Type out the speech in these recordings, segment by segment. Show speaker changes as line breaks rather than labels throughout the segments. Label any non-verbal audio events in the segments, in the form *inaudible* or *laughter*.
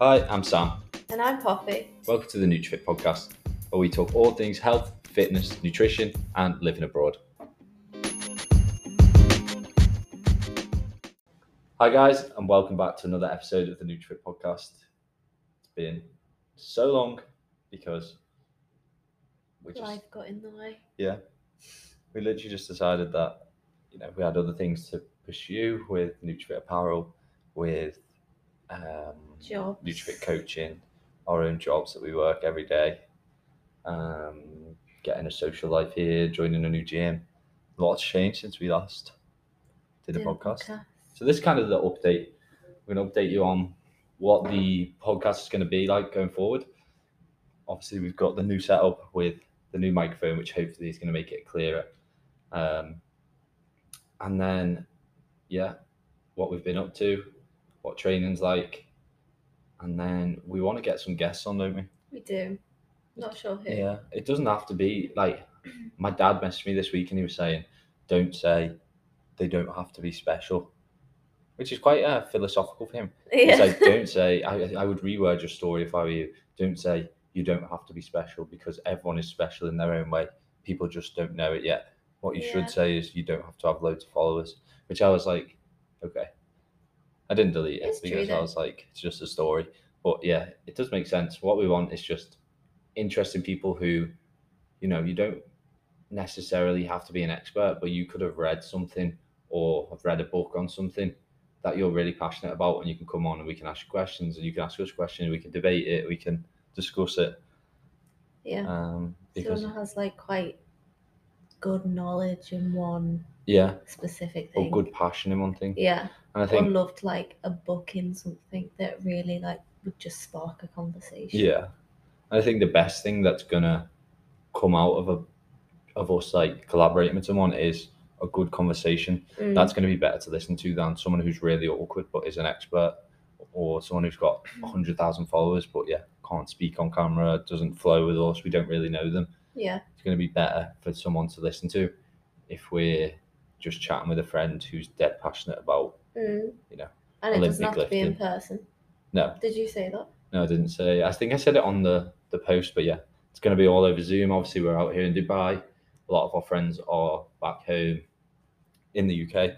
Hi, I'm Sam.
And I'm Poppy.
Welcome to the NutriFit podcast, where we talk all things health, fitness, nutrition, and living abroad. Hi, guys, and welcome back to another episode of the NutriFit podcast. It's been so long because we just
Life got in the way.
we literally just decided that you know we had other things to pursue with NutriFit apparel, with um,
Job.
NutriFit coaching, our own jobs that we work every day, um, getting a social life here, joining a new gym. A lot's changed since we last did a
Doing
podcast. So this kind of the update, we're gonna update you on what the podcast is gonna be like going forward. Obviously, we've got the new setup with the new microphone, which hopefully is gonna make it clearer. Um, and then, yeah, what we've been up to, what training's like, and then we want to get some guests on, don't we?
We do. Not sure who.
Yeah, it doesn't have to be like my dad messaged me this week and he was saying, "Don't say they don't have to be special," which is quite uh, philosophical for him.
*laughs* Yeah.
He's like,
*laughs*
"Don't say I, I would reword your story if I were you. Don't say you don't have to be special because everyone is special in their own way. People just don't know it yet. What you
Yeah.
should say is you don't have to have loads of followers." Which I was like, "Okay." I didn't delete it
It's true
because I
though.
was like, "It's just a story." But yeah, it does make sense. What we want is just interesting people who, you know, you don't necessarily have to be an expert, but you could have read something or have read a book on something that you're really passionate about, and you can come on and we can ask you questions, and you can ask us questions, we can debate it, we can discuss it.
yeah.
Um, because
Someone has like quite good knowledge in one
yeah,
specific thing.
or Oh, good passion in one thing,
Yeah.
and I
Or
think
loved like a book in something that really like would just spark a conversation.
yeah, I think the best thing that's gonna come out of a of us like collaborating with someone is a good conversation
Mm,
that's going to be better to listen to than someone who's really awkward but is an expert or someone who's got 100,000 followers but yeah can't speak on camera doesn't flow with us we don't really know them
yeah.
it's going to be better for someone to listen to if we're just chatting with a friend who's dead passionate about
Mm.
You know,
And it doesn't have
Olympic
to be in
lifting.
person.
no
Did you say that?
no i didn't say i think i said it on the the post but yeah it's going to be all over zoom obviously we're out here in dubai a lot of our friends are back home in the uk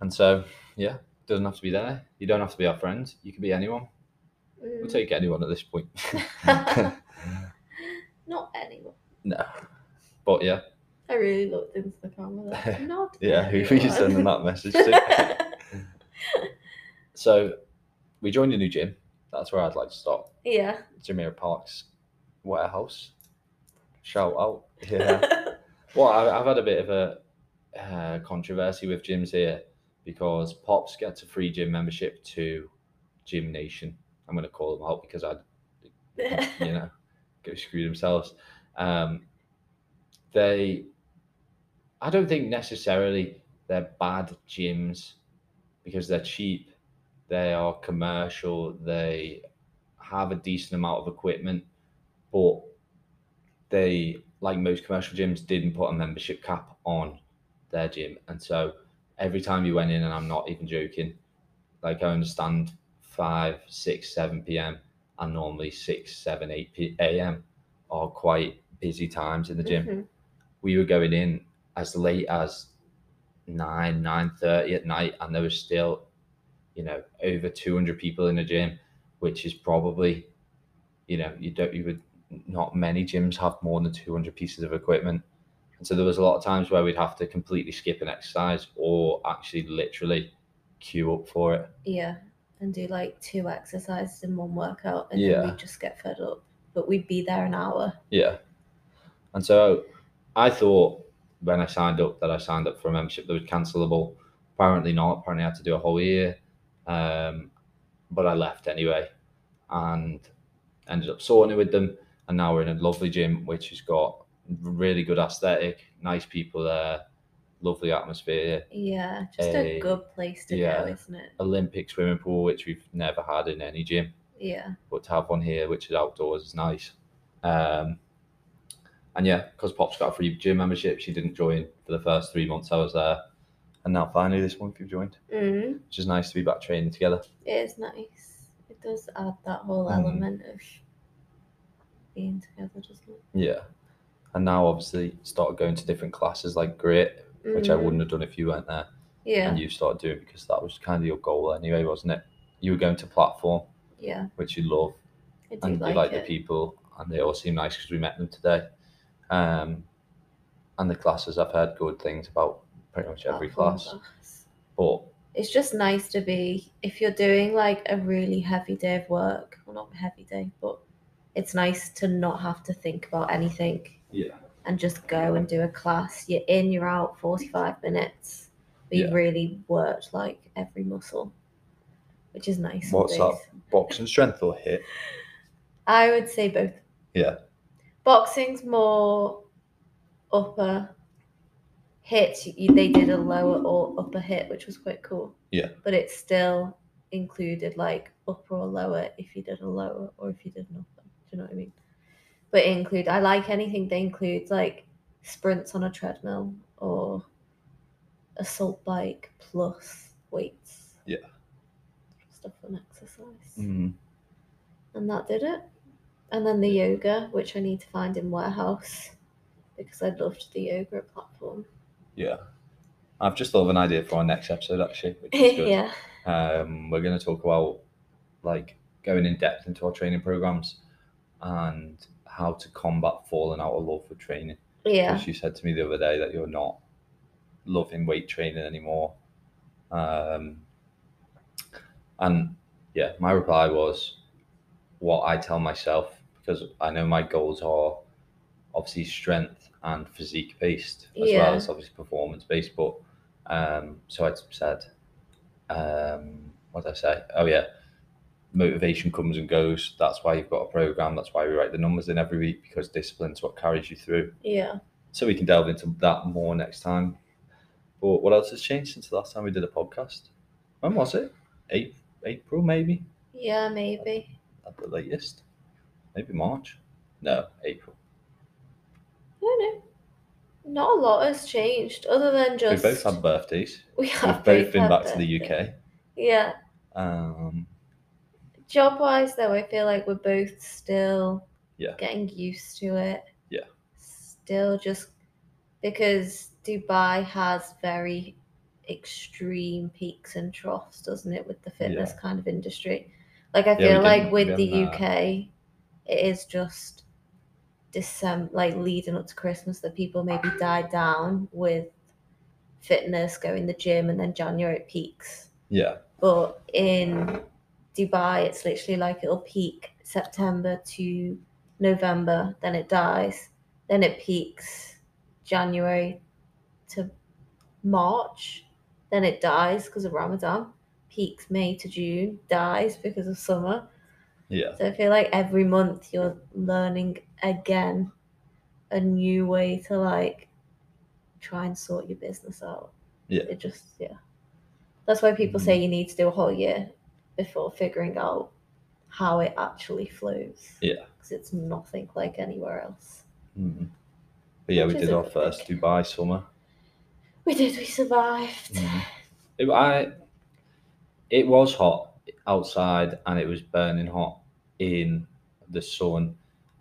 and so yeah doesn't have to be there you don't have to be our friend you can be anyone
Mm.
We'll take anyone at this point. *laughs*
Not anyone.
no. But yeah,
I really looked into the camera.
*laughs*
Like, Not
yeah, who were you
anyone.
sending that message
*laughs*
to? so we joined a new gym. That's where I'd like to start.
yeah.
Jamira Parks Warehouse. Shout out. Yeah.
*laughs*
well, I, I've had a bit of a uh, controversy with gyms here because Pops gets a free gym membership to Gym Nation. I'm going to call them out because I *laughs*
*laughs*
you know, go screw themselves. Um, they, I don't think necessarily they're bad gyms because they're cheap, they are commercial, they have a decent amount of equipment, but they, like most commercial gyms, didn't put a membership cap on their gym. And so every time you went in, and I'm not even joking, like I understand five, six, seven p.m and normally 6, 7, 8 p- a.m. are quite busy times in the gym.
Mhm.
We were going in as late as 9, 9.30 at night and there was still, you know, over 200 people in the gym, which is probably, you know, you don't, you would, not many gyms have more than 200 pieces of equipment. And so there was a lot of times where we'd have to completely skip an exercise or actually literally queue up for it.
Yeah. And do like two exercises in one workout and
Yeah.
then we'd just get fed up. But we'd be there an hour.
Yeah. And so I thought when I signed up that I signed up for a membership that was cancelable. Apparently not. Apparently I had to do a whole year. Um, but I left anyway and ended up sorting it with them. And now we're in a lovely gym which has got really good aesthetic, nice people there, lovely atmosphere,
Yeah. Just
Eh,
a good place to
yeah.
go, isn't it?
Olympic swimming pool, which we've never had in any gym.
Yeah.
but to have one here which is outdoors is nice. Um, and yeah, because Pop's got a free gym membership, she didn't join for the first three months I was there, and now finally this month you've joined,
Mm.
which is nice to be back training together.
It is nice. It does add that whole
Mm.
element of being together, doesn't it?
Yeah. And now obviously started going to different classes like great, which I
Mm,
wouldn't have done if you weren't there
Mm-hmm. Yeah,
and you started doing it because that was kind of your goal anyway, wasn't it? You were going to platform,
yeah,
which you love,
I do
and
like,
you like the
it.
people, and they all seem nice because we met them today. Um, and the classes I've heard good things about pretty much every
Platform
class, but
It's just nice to be if you're doing like a really heavy day of work. Well, not heavy day, but it's nice to not have to think about anything
yeah,
and just go and do a class. You're in, you're out, forty-five minutes. But
Yeah.
you've really worked like every muscle, which is nice. some
What's that?
days.
boxing strength or hit,
I would say both.
Yeah.
Boxing's more upper hit. You, they did a lower or upper hit, which was quite cool.
Yeah.
But it still included like upper or lower if you did a lower or if you did an upper. Do you know what I mean? But it include I like anything that includes like sprints on a treadmill or assault bike plus weights.
Yeah.
Stuff and exercise
mm.
and that did it. And then the yoga, which I need to find in warehouse because I loved the yoga platform.
yeah. I've just thought of an idea for our next episode actually, which
*laughs*
is good.
yeah,
um, we're going to talk about like going in depth into our training programs and how to combat falling out of love with training.
yeah,
Because you said to me the other day that you're not loving weight training anymore. Um, and yeah, my reply was what I tell myself because I know my goals are obviously strength and physique based as well
Yeah.
as obviously performance based. But um, so I said, um, what did I say? Oh, yeah. Motivation comes and goes. That's why you've got a program. That's why we write the numbers in every week because discipline's what carries you through
yeah.
so we can delve into that more next time. But what else has changed since the last time we did a podcast? When was it? Eight, April, maybe
Yeah, maybe.
at the latest. Maybe March. No, April.
I don't know. Not a lot has changed other than just
We both had birthdays.
*laughs* we
We've
have
both, been
had
back
that
to the
thing.
UK.
Yeah,
Um,
job wise though, I feel like we're both still
Yeah.
getting used to it.
Yeah.
Still just because Dubai has very extreme peaks and troughs, doesn't it, with the fitness kind of industry? Like I
we
feel like
didn't-
with
we
the
haven't,
UK, it is just December, like leading up to Christmas, that people maybe die down with fitness, going to the gym, and then January it peaks
yeah,
but in Dubai, it's literally like it'll peak September to November, then it dies, then it peaks January to March, then it dies because of Ramadan, peaks May to June, dies because of summer.
yeah,
So I feel like every month you're learning again a new way to like try and sort your business out.
Yeah. Mm-hmm.
It just yeah. That's why people say you need to do a whole year before figuring out how it actually flows.
Yeah.
Because it's nothing like anywhere else.
mm. but yeah, we
Which is
did
a
our
bit
first
big.
Dubai summer.
We did, we survived.
Mm. It, I, it was hot outside and it was burning hot in the sun,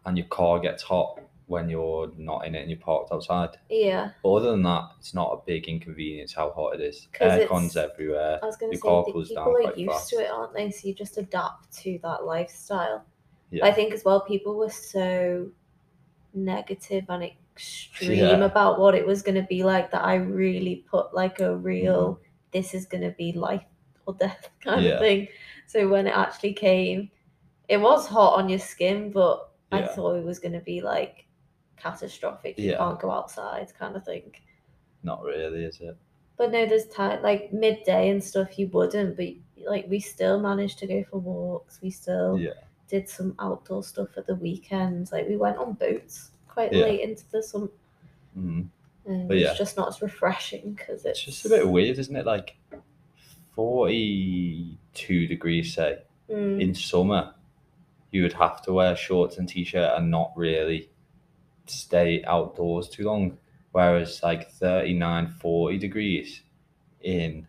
and your car gets hot when you're not in it and you're parked outside.
Yeah.
But other than that, it's not a big inconvenience how hot it is.
'Cause
Aircon's
it's-
everywhere.
I was gonna
Your
say
car
the
cools down
people are
quite
used
fast.
to it, aren't they? So you just adapt to that lifestyle.
Yeah,
I think as well, people were so negative and extreme
Yeah.
about what it was going to be like that I really put like a real, this is going to be life or death *laughs* kind
Mm-hmm. Yeah.
of thing. So when it actually came, it was hot on your skin, but I
Yeah.
thought it was going to be like catastrophic. You
Yeah.
can't go outside kind of thing.
Mm-hmm. not really, is it?
But no, there's time like midday and stuff you wouldn't, but like we still managed to go for walks. We still
Yeah.
did some outdoor stuff at the weekends. Like we went on boats quite
Yeah.
late into the summer.
Mm.
Um,
But yeah.
It's just not as refreshing because it's
It's just a bit weird, isn't it? Like 42 degrees, say,
Mm,
in summer, you would have to wear shorts and t-shirt and not really stay outdoors too long. Whereas like 39, 40 degrees in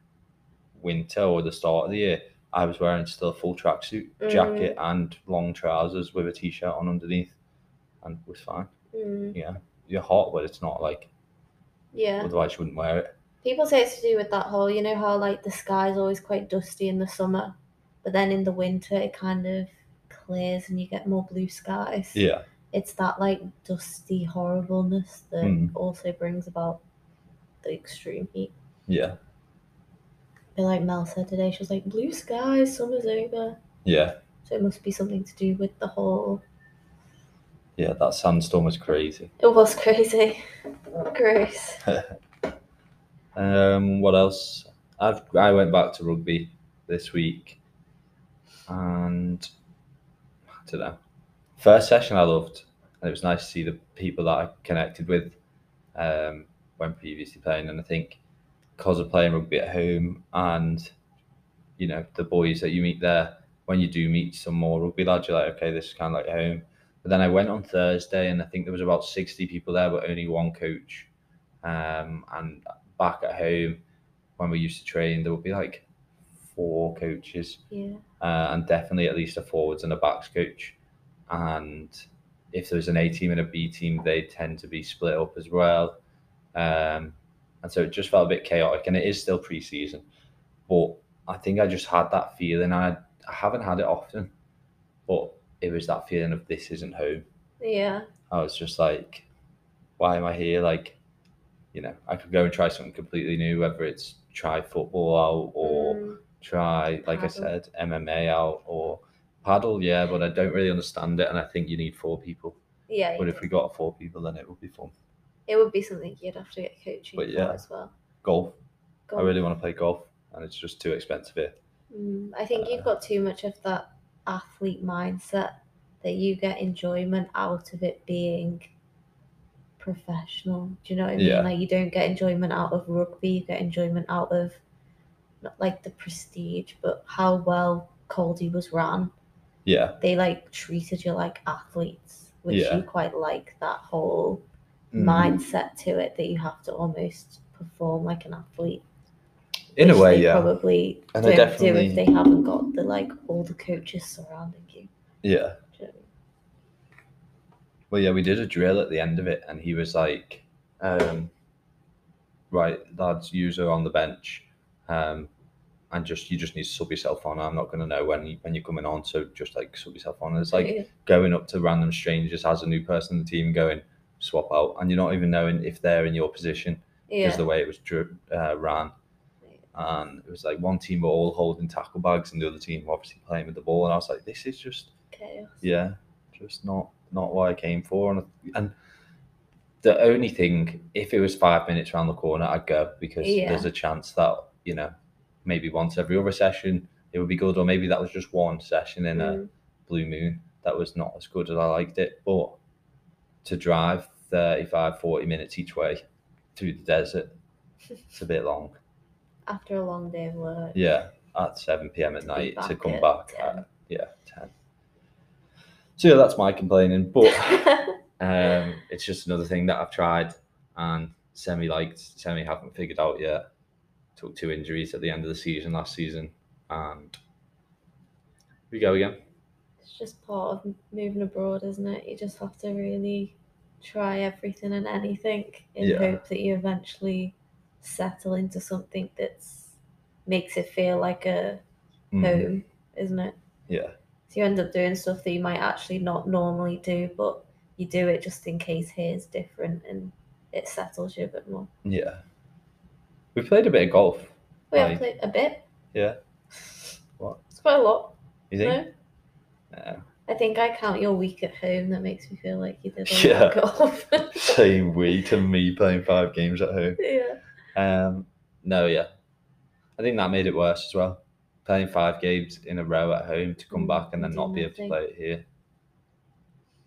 winter or the start of the year, I was wearing still a full tracksuit,
Mm.
jacket, and long trousers with a t shirt on underneath, and it was fine.
Mm,
Yeah, you're hot, but it's not like
yeah.
otherwise you wouldn't wear it.
People say it's to do with that whole, you know, how like the sky's always quite dusty in the summer, but then in the winter it kind of clears and you get more blue skies.
Yeah,
It's that like dusty horribleness that
Mm.
also brings about the extreme heat.
yeah,
But like Mel said today, she was like, blue skies, summer's over.
yeah,
So it must be something to do with the whole.
yeah. That sandstorm was crazy.
It was *laughs* crazy. Gross.
Um, what else? I've I went back to rugby this week, and I don't know. First session I loved, and it was nice to see the people that I connected with um, when previously playing. And I think because of playing rugby at home, and you know the boys that you meet there, when you do meet some more rugby lads, you're like, okay, this is kind of like home. But then I went on Thursday, and I think there was about sixty people there, but only one coach. Um, and back at home when we used to train, there would be like four coaches,
Yeah.
uh, and definitely at least a forwards and a backs coach. And if there's an A team and a B team, they tend to be split up as well. Um, and so it just felt a bit chaotic, and it is still pre season. But I think I just had that feeling. I, I haven't had it often, but it was that feeling of this isn't home.
Yeah.
I was just like, why am I here? Like, you know, I could go and try something completely new, whether it's try football out or
Mm,
try, like I
Paddle.
said, MMA out or paddle. Yeah, but I don't really understand it. And I think you need four people.
yeah.
But if we got four people, then it would be fun.
It would be something you'd have to get coaching
But
for
yeah.
as well.
Golf.
Go
I
on.
really want to play golf, and it's just too expensive here.
Mm, I think
Uh,
you've got too much of that athlete mindset that you get enjoyment out of it being professional. Do you know what I mean?
Yeah.
Like you don't get enjoyment out of rugby, you get enjoyment out of not like the prestige, but how well Caldy was ran.
Yeah.
They like treated you like athletes, which
Yeah.
you quite like that whole
Mm.
mindset to it that you have to almost perform like an athlete
Mm. In a
which
way,
they
yeah.
Probably
And I
don't do
definitely-
if they haven't got the like all the coaches surrounding you.
Yeah.
Do you know
Well, yeah, we did a drill at the end of it, and he was like, um, "Right, lads, use her on the bench, um, and just you just need to sub yourself on. I'm not going to know when you, when you're coming on, so just like sub yourself on." And it's
what I
like
mean?
going up to random strangers as a new person in the team, going swap out, and you're not even knowing if they're in your position because
yeah,
the way it was dri- uh, ran. And it was like one team were all holding tackle bags, and the other team were obviously playing with the ball. And I was like, "This is just."
chaos.
yeah just not not what i came for and, and the only thing if it was five minutes round the corner i'd go because
Yeah.
there's a chance that you know maybe once every other session it would be good or maybe that was just one session in a
Mm,
blue moon that was not as good as i liked it but to drive 35 40 minutes each way through the desert it's a bit long
after a long day of work.
yeah, at 7 p.m. at night to
back
come
at
back
10.
at yeah 10. So yeah, that's my complaining, but um, it's just another thing that I've tried and semi liked, semi haven't figured out yet. Took two injuries at the end of the season last season, and we go again.
*laughs* it's just part of moving abroad, isn't it? You just have to really try everything and anything in
Yeah.
hope that you eventually settle into something that's makes it feel like a
Mm,
home, isn't it?
Yeah,
So you end up doing stuff that you might actually not normally do, but you do it just in case here's different and it settles you a bit more.
yeah. We played a bit of golf.
We
Right.
have played a bit.
Yeah. What?
It's quite a lot.
You think?
No,
No.
I think I count your week at home. That makes me feel like you did
*laughs*
a
Yeah.
lot of golf. *laughs*
Same week to me playing five games at home.
yeah.
Um, no, yeah, I think that made it worse as well. Playing five games in a row at home to come
Mm,
back and then
do
not be able to
nothing.
play it here.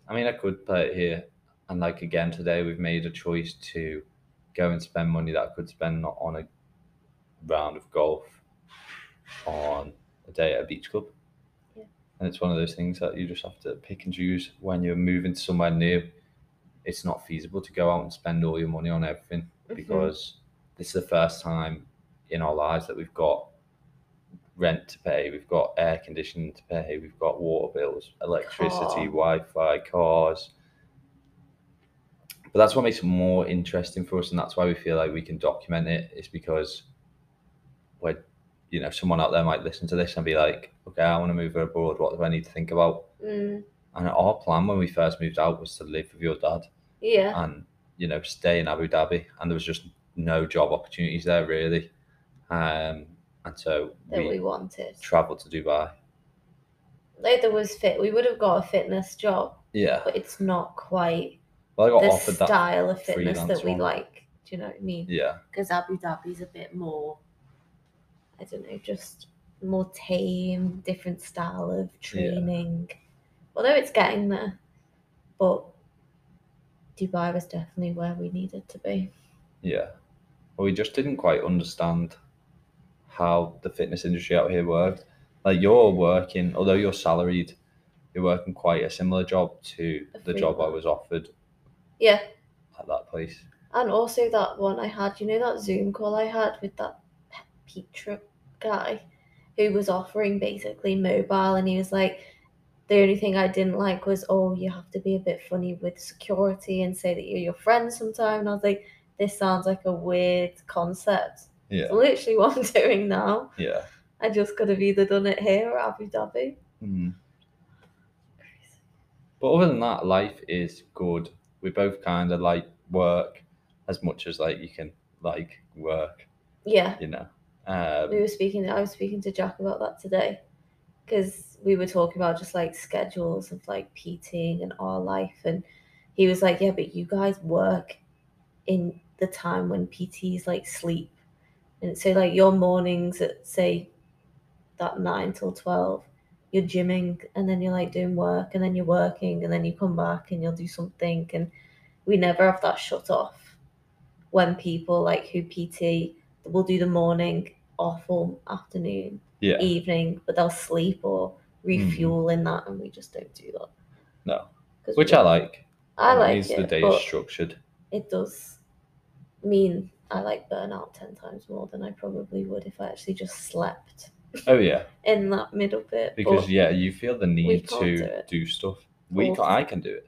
I mean, I could play it here, and like again today, we've made a choice to go and spend money that I could spend not on a round of golf, on a day at a beach club.
Yeah.
And it's one of those things that you just have to pick and choose when you're moving to somewhere new. It's not feasible to go out and spend all your money on everything
Mhm.
because this is the first time in our lives that we've got rent to pay, we've got air conditioning to pay, we've got water bills, electricity, Wi Fi, cars. But that's what makes it more interesting for us, and that's why we feel like we can document it. Is because we're, you know, someone out there might listen to this and be like, "Okay, I want to move abroad. What do I need to think about?"
Mm,
And our plan when we first moved out was to live with your dad
yeah.
and you know stay in Abu Dhabi, and there was just no job opportunities there really, um, and so
That we
we
wanted.
travelled to Dubai.
Like there was fit. We would have got a fitness job,
Yeah,
but it's not quite
well, I got
the
offered that.
style of fitness that
freelance
we
one.
like. Do you know what I mean?
Yeah,
Because Abu Dhabi's a bit more, I don't know, just more tame, different style of training. Although it's getting there, but Dubai was definitely where we needed to be.
yeah. But we just didn't quite understand how the fitness industry out here worked. Like you're working, although you're salaried, you're working quite a similar job to
A
the job I
freelance.
was offered
Yeah.
at that place.
And also that one I had, you know, that Zoom call I had with that Pe- Petra guy who was offering basically mobile, and he was like, the only thing I didn't like was, oh, you have to be a bit funny with security and say that you're your friend sometime. And I was like, this sounds like a weird concept. It's
Yeah,
literally what I'm *laughs* doing now.
yeah.
I just could have either done it here or Abu Dhabi.
Mm. But other than that, life is good. We both kind of like work as much as like you can like work,
Yeah.
you know.
we
Um,
were speaking i was speaking to jack about that today because we were talking about just like schedules of like pting and our life and he was like yeah but you guys work in the time when pts like sleep and so like your mornings at say that 9 till 12 you're gymming and then you're like doing work and then you're working and then you come back and you'll do something and we never have that shut off when people like who pt will do the morning awful afternoon,
yeah, Hmm.
evening, but they'll sleep or refuel in that, and we just don't do that.
No.
'Cause
which
we-
I like.
I
It
like
means
it,
the day
but
is structured.
it does mean I like burnout ten times more than I probably would if I actually just slept
Oh yeah,
in that middle bit.
because
but
yeah, you feel the need
can't
to
do
do,
it.
stuff. We
Or-
can, I can do it.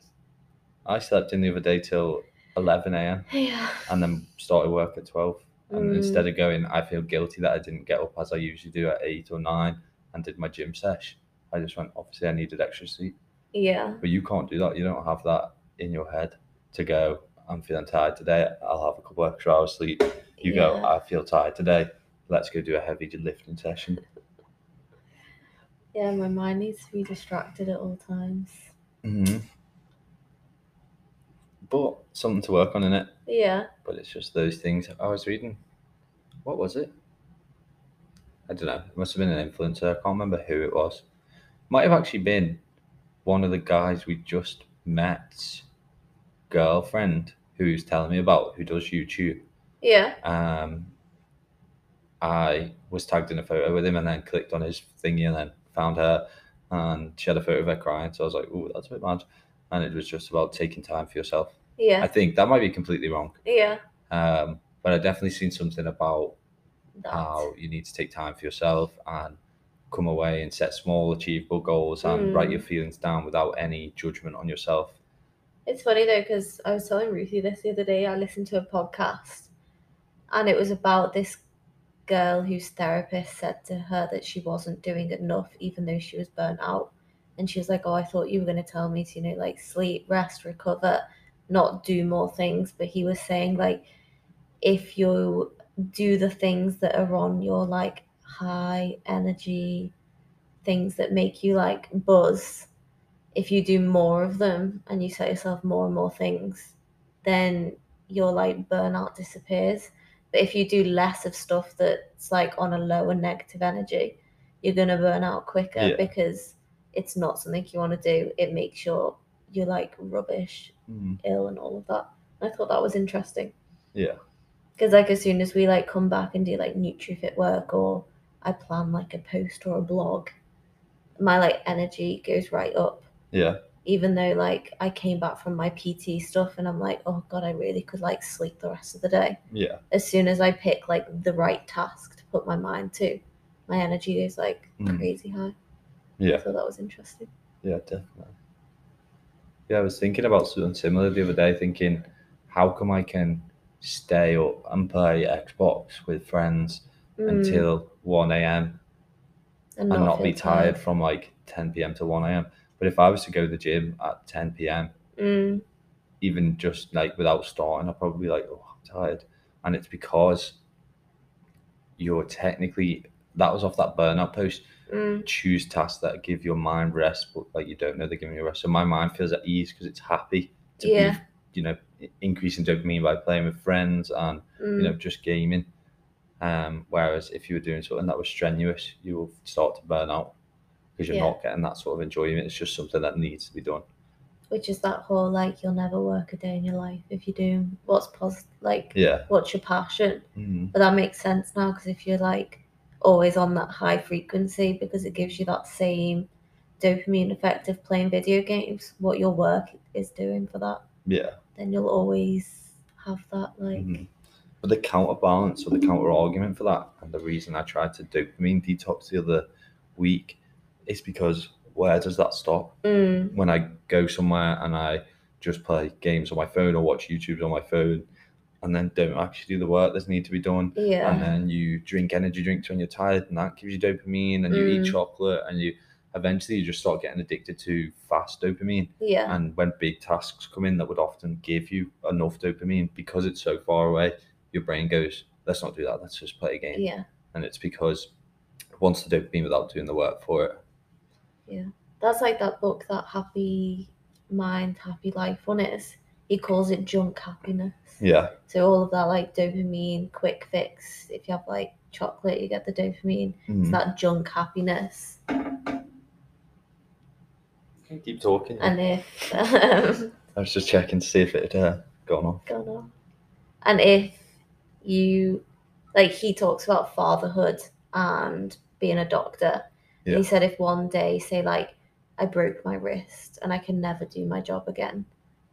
I slept in the other day till eleven a.m.
*sighs* yeah,
and then started work at twelve. And
Mm.
instead of going, I feel guilty that I didn't get up as I usually do at eight or nine and did my gym sesh. I just went, obviously, I needed extra sleep.
yeah,
But you can't do that. You don't have that in your head to go, I'm feeling tired today. I'll have a couple extra hours sleep. You go,
yeah.
I feel tired today. Let's go do a heavy lifting session.
yeah. My mind needs to be distracted at all times.
hmm But something to work on in it.
Yeah,
but it's just those things. I was reading, what was it? I don't know. It must have been an influencer. I can't remember who it was. Might have actually been one of the guys we just met's girlfriend who's telling me about who does YouTube.
yeah,
Um, I was tagged in a photo with him and then clicked on his thingy and then found her and she had a photo of her crying. So I was like, oh, that's a bit mad. And it was just about taking time for yourself. I
yeah,
think that might be completely wrong.
yeah.
Um, but I've definitely seen something about
That.
how you need to take time for yourself and come away and set small, achievable goals and
Mm.
write your feelings down without any judgment on yourself.
It's funny though, because I was telling Ruthie this the other day. I listened to a podcast and it was about this girl whose therapist said to her that she wasn't doing enough, even though she was burnt out. And she was like, Oh, I thought you were going to tell me to, you know, like sleep, rest, recover, not do more things. But he was saying, like, if you do the things that are on your like high energy, things that make you like buzz, if you do more of them and you set yourself more and more things, then your like burnout disappears. But if you do less of stuff that's like on a lower negative energy, you're gonna burn out quicker
Yeah.
because it's not something you want to do. It makes your you're like rubbish,
Hmm.
ill, and all of that. I thought that was interesting
Yeah.
because like as soon as we like come back and do like nutrifit work or I plan like a post or a blog, my like energy goes right up
Yeah.
even though like I came back from my PT stuff and I'm like, oh god, I really could like sleep the rest of the day.
Yeah.
As soon as I pick like the right task to put my mind to, my energy goes like
Mm.
crazy high.
Yeah.
So that was interesting.
Yeah, definitely. Yeah, I was thinking about something similar the other day, thinking, how come I can stay up and play Xbox with friends
Mm,
until 1 a.m.
and
and Hmm. not
feel
be tired from like 10 p.m. to 1 a.m. But if I was to go to the gym at 10 p.m.,
Mm,
even just like without starting, I'd probably be like, oh, I'm tired. And it's because you're technically, that was off that burnout post
mm,
choose tasks that give your mind rest, but like you don't know they're giving you rest. So my mind feels at ease because it's happy to be,
Yeah.
you know, i- increasing dopamine by playing with friends and
mm.
you know just gaming. Um, whereas if you were doing something that was strenuous, you will start to burn out because you're
Yeah.
not getting that sort of enjoyment. It's just something that needs to be done.
Which is that whole like you'll never work a day in your life if you do what's pos like
Yeah.
what's your passion.
Mm.
But that makes sense now because if you're like always on that high frequency because it gives you that same dopamine effect of playing video games, what your work is doing for that,
Yeah.
then you'll always have that like
Mhm. But the counterbalance or the counter argument for that, and the reason I tried to dopamine detox the other week, is because where does that stop?
mm,
when I go somewhere and I just play games on my phone or watch YouTube on my phone and then don't actually do the work that's need to be done.
yeah.
And then you drink energy drinks when you're tired and that gives you dopamine and you eat
Mm.
chocolate and you eventually you just start getting addicted to fast dopamine.
yeah.
And when big tasks come in that would often give you enough dopamine because it's so far away, your brain goes, let's not do that. Let's just play a game.
yeah.
And it's because it wants the dopamine without doing the work for it.
That's like that book that Happy Mind, Happy Life one is. He calls it junk happiness.
Yeah.
So all of that like dopamine quick fix. If you have like chocolate, you get the dopamine. It's
Mm.
that junk happiness.
Keep talking.
And if *laughs* um,
I was just checking to see if it had uh, gone off.
gone on. And if you like, he talks about fatherhood and being a doctor. And
Yeah.
he said if one day, say like, I broke my wrist and I can never do my job again,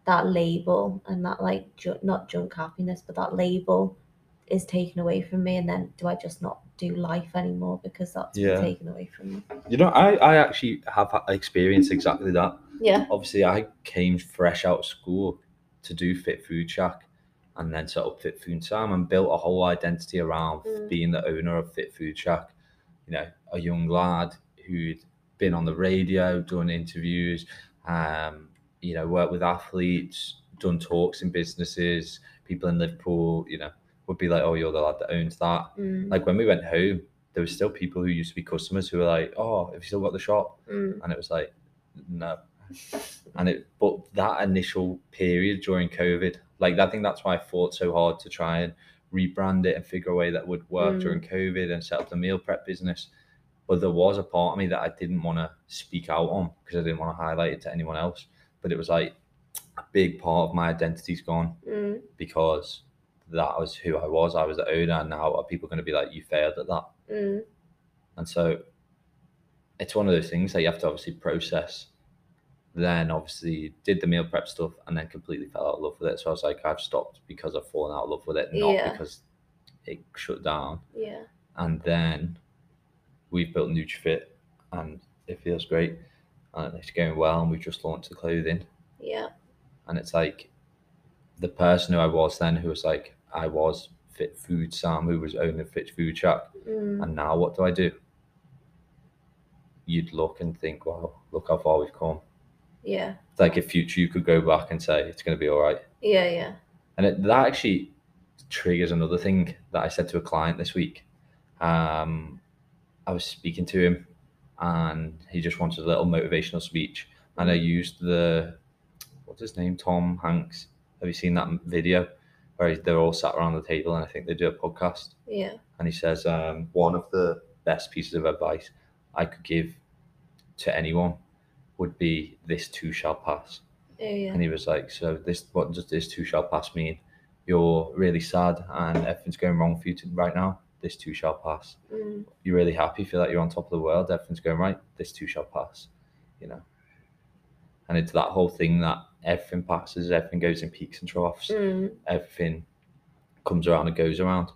that label and that like ju- not junk happiness, but that label is taken away from me. And then do I just not do life anymore because that's been
Yeah.
taken away from me?
You know, I, I actually have ha- experienced exactly that.
Yeah.
Obviously, I came fresh out of school to do Fit Food Shack and then set up Fit Food Sam and built a whole identity around
Mm.
being the owner of Fit Food Shack. You know, a young lad who'd been on the radio, done interviews, um, you know, worked with athletes, done talks in businesses, people in Liverpool, you know, would be like, oh, you're the lad that owns that.
Mm,
like when we went home, there was still people who used to be customers who were like, "Oh, have you still got the shop?"
mm,
And it was like, "No." And it, but that initial period during COVID, like I think that's why I fought so hard to try and rebrand it and figure a way that would work
Mm.
during COVID and set up the meal prep business. But there was a part of me that I didn't want to speak out on because I didn't want to highlight it to anyone else. But it was like a big part of my identity's gone
mm,
because that was who I was. I was the owner, and now are people going to be like, you failed at that?
mm,
And so it's one of those things that you have to obviously process. Then obviously did the meal prep stuff and then completely fell out of love with it. So I was like, I've stopped because I've fallen out of love with it, not
Yeah.
because it shut down.
yeah.
And then we've built NutriFit and it feels great and it's going well. And we've just launched the clothing
Yeah.
and it's like the person who I was then, who was like I was Fit Food Sam, who was owning Fit Food Shack,
Mm,
and now what do I do? You'd look and think, wow, look how far we've come.
yeah.
It's like if future you could go back and say it's going to be all right,
Yeah. Yeah.
and it, that actually triggers another thing that I said to a client this week. Um, I was speaking to him, and he just wanted a little motivational speech, and I used the what's his name, Tom Hanks. Have you seen that video where they're all sat around the table, and I think they do a podcast,
Yeah.
and he says um, one of the best pieces of advice I could give to anyone would be this too shall pass.
Yeah. Yeah.
And he was like, "So this, what does this too shall pass mean? You're really sad and everything's going wrong for you to, right now. This too shall pass.
Mm,
You're really happy, feel like you're on top of the world. Everything's going right. This too shall pass. You know." And it's that whole thing that everything passes, everything goes in peaks and troughs,
mm,
everything comes around and goes around.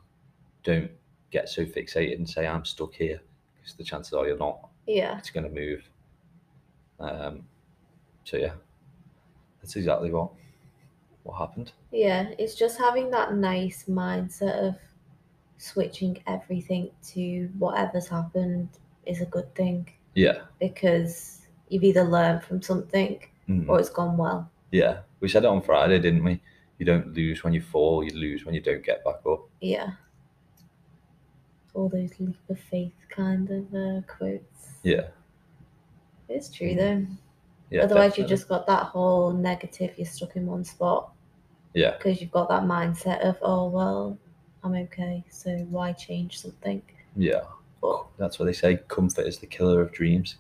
Don't get so fixated and say I'm stuck here because the chances are you're not.
Yeah.
It's going to move. Um, so yeah, that's exactly what what happened.
Yeah. It's just having that nice mindset of switching everything to whatever's happened is a good thing
Yeah.
because you've either learned from something
Mm.
or it's gone well.
Yeah, we said it on Friday, didn't we? You don't lose when you fall, you lose when you don't get back up.
Yeah. All those leap of faith kind of uh, quotes.
Yeah,
It's true though.
Mm. yeah.
Otherwise,
definitely.
you just got that whole negative. You're stuck in one spot
yeah,
because you've got that mindset of, oh well, I'm okay. So why change something?
yeah.
But
That's what they say. Comfort is the killer of dreams.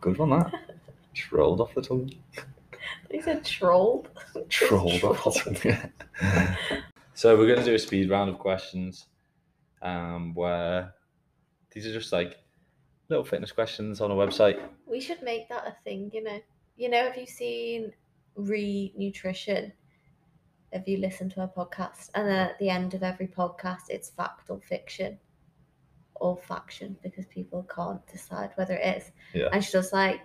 Good one, that.
*laughs*
Just rolled off the tongue.
he said trolled.
Trolled off the tongue. *laughs* so we're gonna do a speed round of questions, um, where these are just like little fitness questions on a website.
We should make that a thing, you know. You know, have you seen re nutrition? Have you listened to our podcast? And then at the end of every podcast, it's fact or fiction or faction because people can't decide whether it is.
Yeah.
And she does like,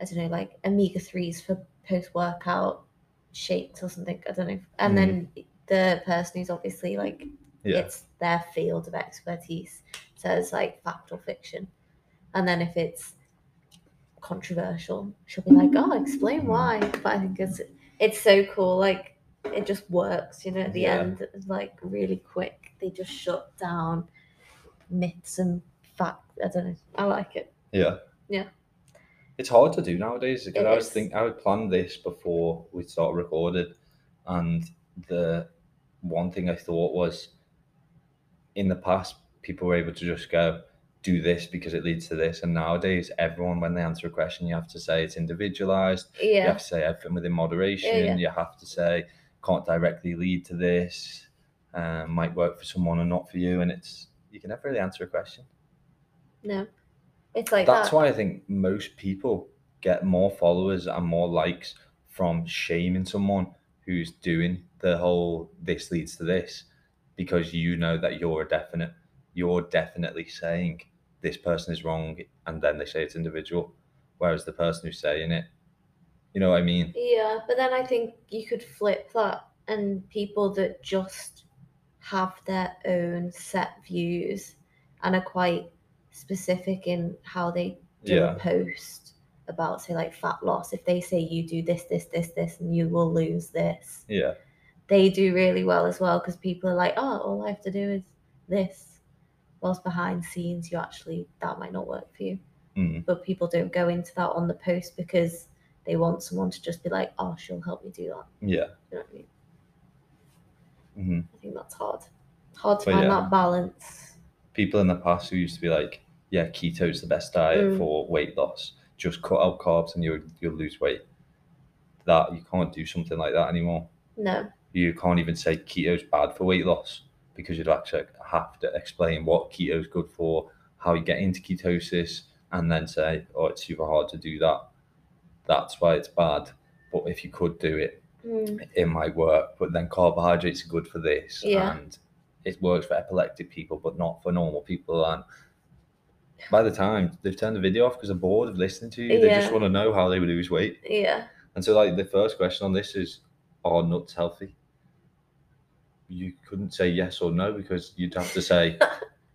I don't know, like omega 3s for post workout shakes or something. I don't know. And then the person who's obviously like
Yeah,
it's their field of expertise. So it's like fact or fiction. And then if it's controversial, she'll be like, "Oh,
Mm.
explain why." But I think it's it's so cool. Like it just works, you know. At the
Yeah.
end, it's like really quick. They just shut down myths and fact. I don't know. I like it.
yeah,
Yeah.
It's hard to do nowadays. Because
It
I was
is.
think I would plan this before we started recorded, and the one thing I thought was, in the past, people were able to just go do this because it leads to this, and nowadays, everyone when they answer a question, you have to say it's individualized. You
Yeah,
have to say everything within moderation.
yeah.
You have to say can't directly lead to this. Um, might work for someone and not for you, and it's you can never really answer a question.
no, it's like
That's
that.
why I think most people get more followers and more likes from shaming someone who's doing the whole this leads to this because you know that you're a definite you're definitely saying this person is wrong and then they say it's individual whereas the person who's saying it you know what I mean
Yeah, but then I think you could flip that, and people that just have their own set views and are quite specific in how they do a
yeah
post about, say, like fat loss. If they say you do this, this, this, this, and you will lose this,
yeah
they do really well as well because people are like, oh, all I have to do is this. Whilst behind scenes, you actually, that might not work for you
mm,
but people don't go into that on the post because they want someone to just be like, "Oh, she'll help me do that."
yeah
You know what I mean?
mhm.
I think that's hard. It's hard to
But
find
yeah.
that balance.
people in the past who used to be like, yeah, keto's the best diet
Mm.
for weight loss. Just cut out carbs and you you'll lose weight. That you can't do something like that anymore.
No,
You can't even say keto's bad for weight loss because you'd actually have to explain what keto's good for, how you get into ketosis, and then say, oh, it's super hard to do that. That's why it's bad. But if you could do it,
Mm,
it might work. But then carbohydrates are good for this,
Yeah.
and it works for epileptic people, but not for normal people. And by the time they've turned the video off because they're bored of listening to you, they just
Yeah.
want to know how they would lose weight.
yeah,
And so, like the first question on this is, are nuts healthy? You couldn't say yes or no because you'd have to
*laughs*
say,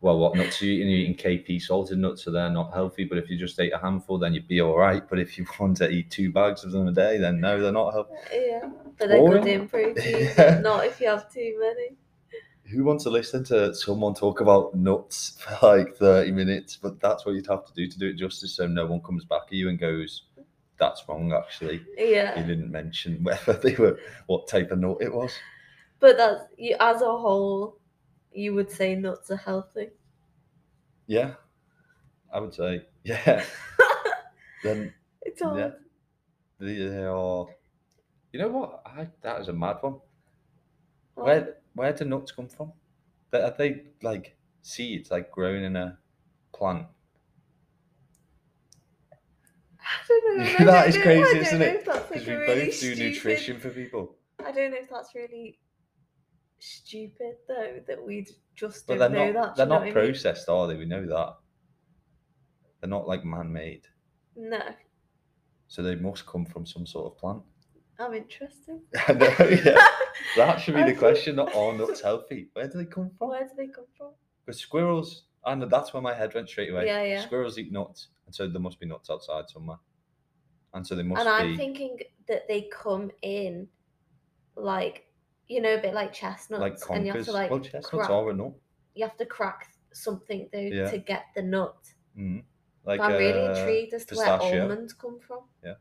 well, what nuts are you eating? You're eating KP salted nuts, so they're not healthy. But if you just ate a handful, then you'd be all right. But if you *laughs* want to eat two bags of them a day, then no, they're not healthy.
yeah. But they're
Or-
good in protein,
Yeah. *laughs*
but not if you have too many.
Who wants to listen to someone talk about nuts *laughs* for like 30 minutes? But that's what you'd have to do to do it justice so no one comes back at you and goes, that's wrong, actually. You
Yeah,
didn't mention *laughs* whether they were, what type of nut it was.
but that's you as a whole. You would say nuts are healthy.
Yeah. I would say, *laughs*
*laughs*
yeah. then
It's
Yeah.
hard.
they are, you know what? I, that is a mad one.
Well,
Where, where do nuts come from? They- Are they like seeds, like grown in a plant?
I don't know.
*laughs*
I
That
don't
is
know-
crazy,
I don't
isn't
know
it?
if that's, like,
Because
a
we
really
both do
stupid-
nutrition for people.
I don't know if that's really stupid though that we just
But
don't
they're
know
not
that.
they're
do you know
not
what I mean?
processed, are they? We know that. They're not like man made.
No,
So they must come from some sort of plant. *laughs*
I'm interested.
I know,
*laughs*
yeah. That should be
I
the
think-
question. Not all nuts healthy. Where do they come from?
Where do they come from?
Because squirrels, and that's where my head went straight away.
Yeah, yeah.
Squirrels eat nuts, and so there must be nuts outside somewhere, and so they must
and I'm
be.
thinking that they come in like you know a bit like chestnuts
like
and you have
conkers.
to like
well, chestnuts
crack,
are a nut.
you have to crack something though
Yeah.
to get the nut.
Mm. Like
I'm really
uh,
intrigued as to where
pistachio.
almonds come from.
Yeah.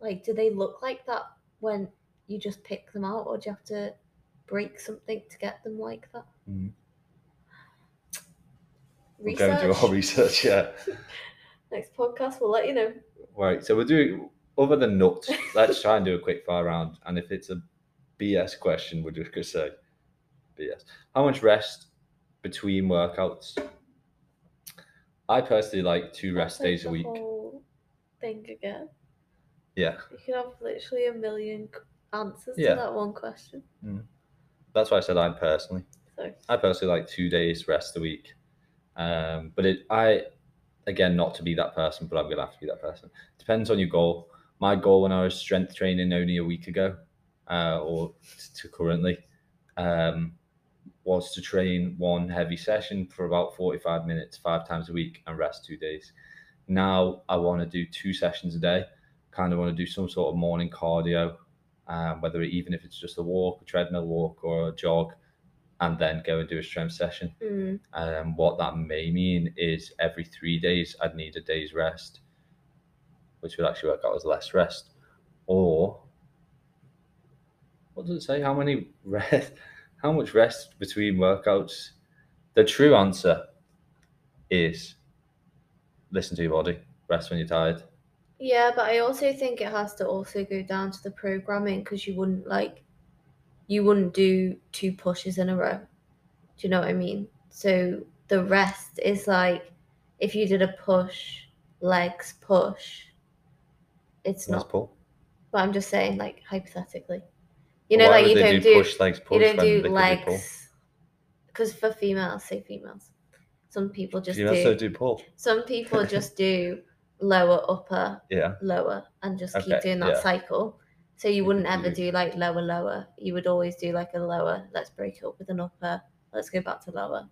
Like, do they look like that when you just pick them out, or do you have to break something to get them like that?
Mhm. We're
Research.
going to do our research. Yeah.
Next podcast, we'll let you know.
Right. So we'll do other than nuts. let's try and do a quick fire round, and if it's a BS question, we're just gonna say BS. How much rest between workouts? I personally like two rest
That's, like,
days a
the
week.
whole Thing again.
Yeah.
You could have literally a million c- answers
Yeah.
to that one question.
That's why I said I personally.
So
I personally like two days rest a week. Um, but it, I, again, not to be that person, but I'm gonna have to be that person. Depends on your goal. My goal when I was strength training only a week ago, uh, or t- to currently, um, was to train one heavy session for about 45 minutes, five times a week, and rest two days. Now I want to do two sessions a day. Kind of want to do some sort of morning cardio, um, whether even if it's just a walk, a treadmill walk, or a jog, and then go and do a strength session.
mm,
Um, what that may mean is every three days I'd need a day's rest, which would actually work out as less rest. Or what does it say? How many rest? *laughs* How much rest between workouts? The true answer is listen to your body. Rest when you're tired.
yeah, but I also think it has to also go down to the programming because you wouldn't like, you wouldn't do two pushes in a row. Do you know what I mean? So the rest is like, if you did a push, legs push, it's
Let's
not.
pull.
But I'm just saying, like hypothetically, you know,
Why
like
would
you
they
don't
do
do
push legs push
you don't
when
do
they could do pull.
legs because for females say females some people just
You
do,
also do pull.
some people just do lower upper
Yeah.
lower and just
Okay,
keep doing that
yeah.
cycle so you
could
wouldn't ever
do-
do like lower lower you would always do like a lower let's break it up with an upper let's go back to lower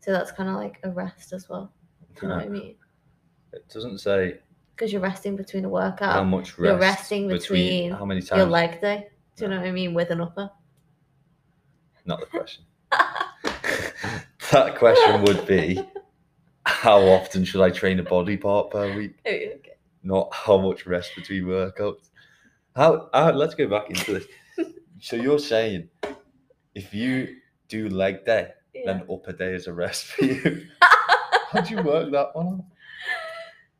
so that's kind of like a rest as well do you
Uh-huh.
know what i mean
*laughs* It doesn't say
because you're resting between a
how
workout
much rest
you're resting between
how many
your
times
leg day do you know what i mean with an upper
not the
*laughs*
question *laughs* that question would be how often should i train a body part per week
Oh, okay.
not how much rest between workouts how uh, let's go back into this
*laughs*
so you're saying if you do leg day
yeah.
then upper day is a rest for
*laughs*
you how'd you work that one out?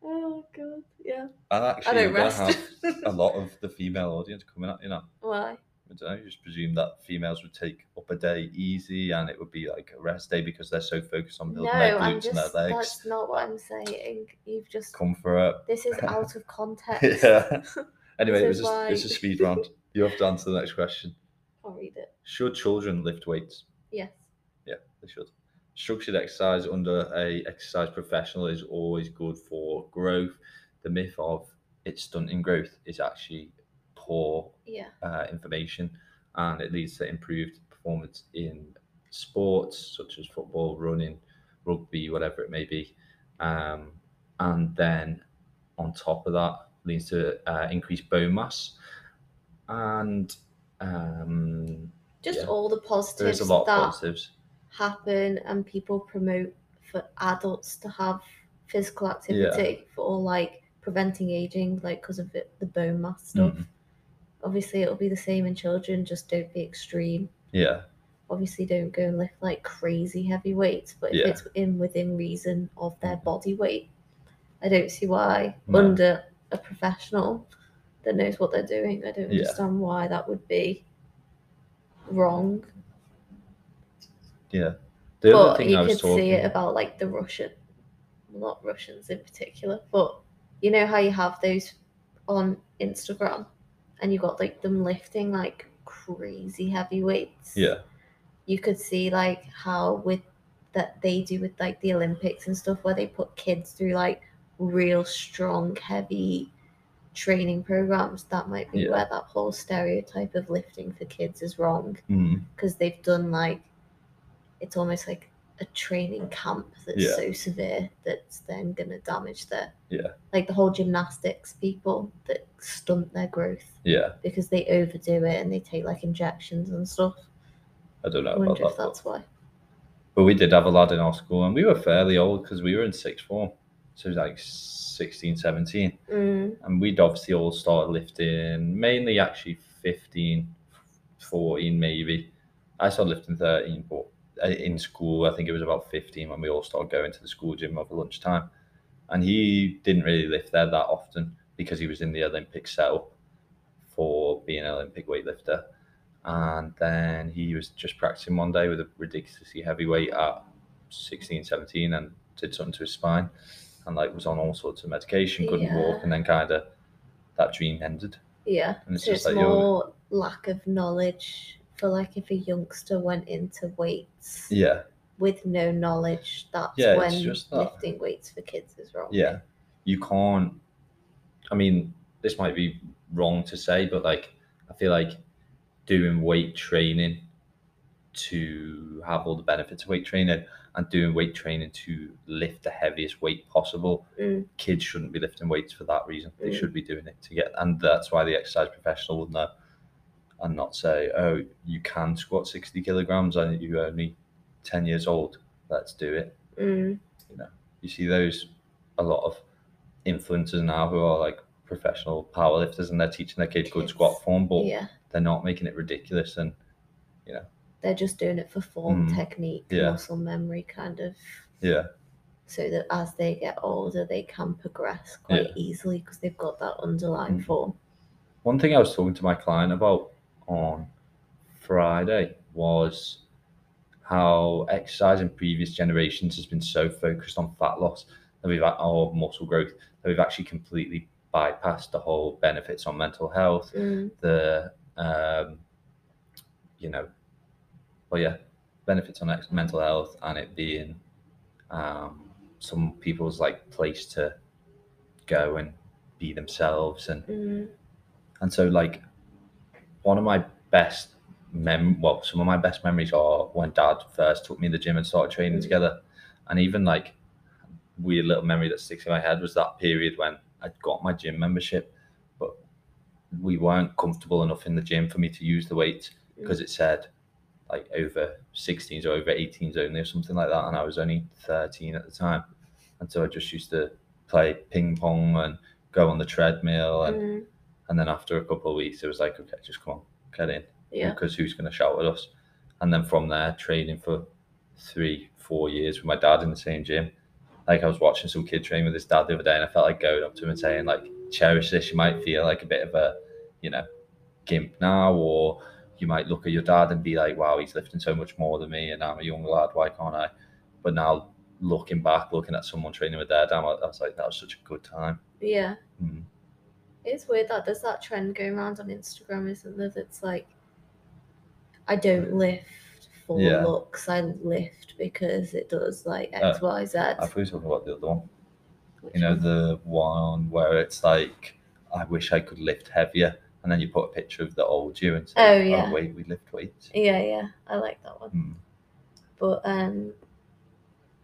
oh god yeah
and
i
actually
don't
you're gonna have
rest *laughs*
a lot of the female audience coming at you now
why
I don't know, you just presume that females would take up a day easy and it would be like a rest day because they're so focused on
No,
building their
I'm
glutes and
just.
their legs.
That's not what I'm saying. You've just.
Comfort. *laughs*
This is out of context.
yeah. Anyway, it was
This is
just it's a
why-
speed round. You have to answer the next question.
*laughs* I'll read it.
Should children lift weights?
Yes.
They should. Structured exercise under a exercise professional is always good for growth. The myth of it stunting growth is actually poor
Yeah.
uh, information and it leads to improved performance in sports such as football, running, rugby, whatever it may be. Um, and then on top of that, leads to uh, increased bone mass. And um,
Just
Yeah.
all the
there's
positives
a lot of
that
positives.
happen and people promote for adults to have physical activity for all like preventing aging, like because of it, the bone mass stuff.
Mhm.
Obviously, it'll be the same in children. Just don't be extreme.
Yeah,
Obviously, don't go and lift like crazy heavy weights. But if
Yeah. Mm-hmm.
it's in within reason of their body weight, I don't see why
No.
under a professional that knows what they're doing. I don't
Yeah.
understand why that would be wrong.
yeah. The other
but
thing
you
I was
could see it
talking
about like the Russian, well, not Russians in particular, but you know how you have those on Instagram, and you got like them lifting like crazy heavyweights.
Yeah.
You could see like how with that they do with like the Olympics and stuff where they put kids through like real strong, heavy training programs. That might be
Yeah.
where that whole stereotype of lifting for kids is wrong
Mm.
because they've done like it's almost like a training camp that's
Yeah.
so severe that's then gonna damage their
Yeah.
like the whole gymnastics people that stunt their growth
Yeah.
because they overdo it and they take like injections and stuff.
I don't know
I
about
wonder
that.
if
but-
that's why.
But we did have a lad in our school, and we were fairly old because we were in sixth form. So he was like 16, 17.
Mm,
And we'd obviously all started lifting, mainly actually 15, 14, maybe. I started lifting 13, but uh, in school, I think it was about 15 when we all started going to the school gym over lunchtime. And he didn't really lift there that often because he was in the Olympic setup for being an Olympic weightlifter. And then he was just practicing one day with a ridiculously heavy weight at 16, 17 and did something to his spine and like was on all sorts of medication, couldn't
Yeah.
walk. And then kind of that dream ended.
yeah.
And it's
so
just like
it's
you're-
more lack of knowledge for like if a youngster went into weights
Yeah.
with no knowledge, that's
Yeah, it's
when
just that.
lifting weights for kids is wrong.
Yeah. You can't, I mean, this might be wrong to say, but like, I feel like doing weight training to have all the benefits of weight training and doing weight training to lift the heaviest weight possible.
Mm.
Kids shouldn't be lifting weights for that reason. They
Mm.
should be doing it to get, and that's why the exercise professional would know and not say, oh, you can squat 60 kilograms and you're only 10 years old. Let's do it
Mm,
you see those a lot of influencers now who are like professional powerlifters and they're teaching their kids good
Kids.
squat form, but
yeah.
they're not making it ridiculous. And
They're just doing it for form,
Mm,
technique,
yeah.
muscle memory kind of
yeah,
so that as they get older they can progress quite easily because they've got that underlying
Mhm.
form.
one thing I was talking to my client about on Friday was how exercise in previous generations has been so focused on fat loss that we've had, or muscle growth that we've actually completely bypassed the whole benefits on mental health
Mm,
the um, you know, well, yeah, benefits on ex- mental health and it being um, some people's like place to go and be themselves and
mm,
and so like one of my best mem well some of my best memories are when dad first took me to the gym and started training
Mhm.
together and even like weird little memory that sticks in my head was that period when i got my gym membership but we weren't comfortable enough in the gym for me to use the weights because it said like over 16s or over 18s only or something like that and i was only 13 at the time and so i just used to play ping pong and go on the treadmill and
mm,
and then after a couple of weeks, it was like, okay, just come on, get in,
yeah.
because who's going to shout at us? And then from there, training for three, four years with my dad in the same gym. Like I was watching some kid train with his dad the other day, and I felt like going up to him and saying, like, cherish this. You might feel like a bit of a, you know, gimp now, or you might look at your dad and be like, wow, he's lifting so much more than me, and I'm a young lad. Why can't I? But now looking back, looking at someone training with their dad, I was like, that was such a good time.
Yeah.
Mm.
It's weird that there's that trend going around on Instagram, isn't there? That's like, I don't lift for
Yeah. Uh,
looks. I lift because it does like X, Y, Z.
I thought you were talking about the other one.
Which
you know
one?
the one where it's like i wish i could lift heavier and then you put a picture of the old you and say
Oh, yeah.
wait we lift weights
yeah, yeah. I like that one.
Hmm.
But um,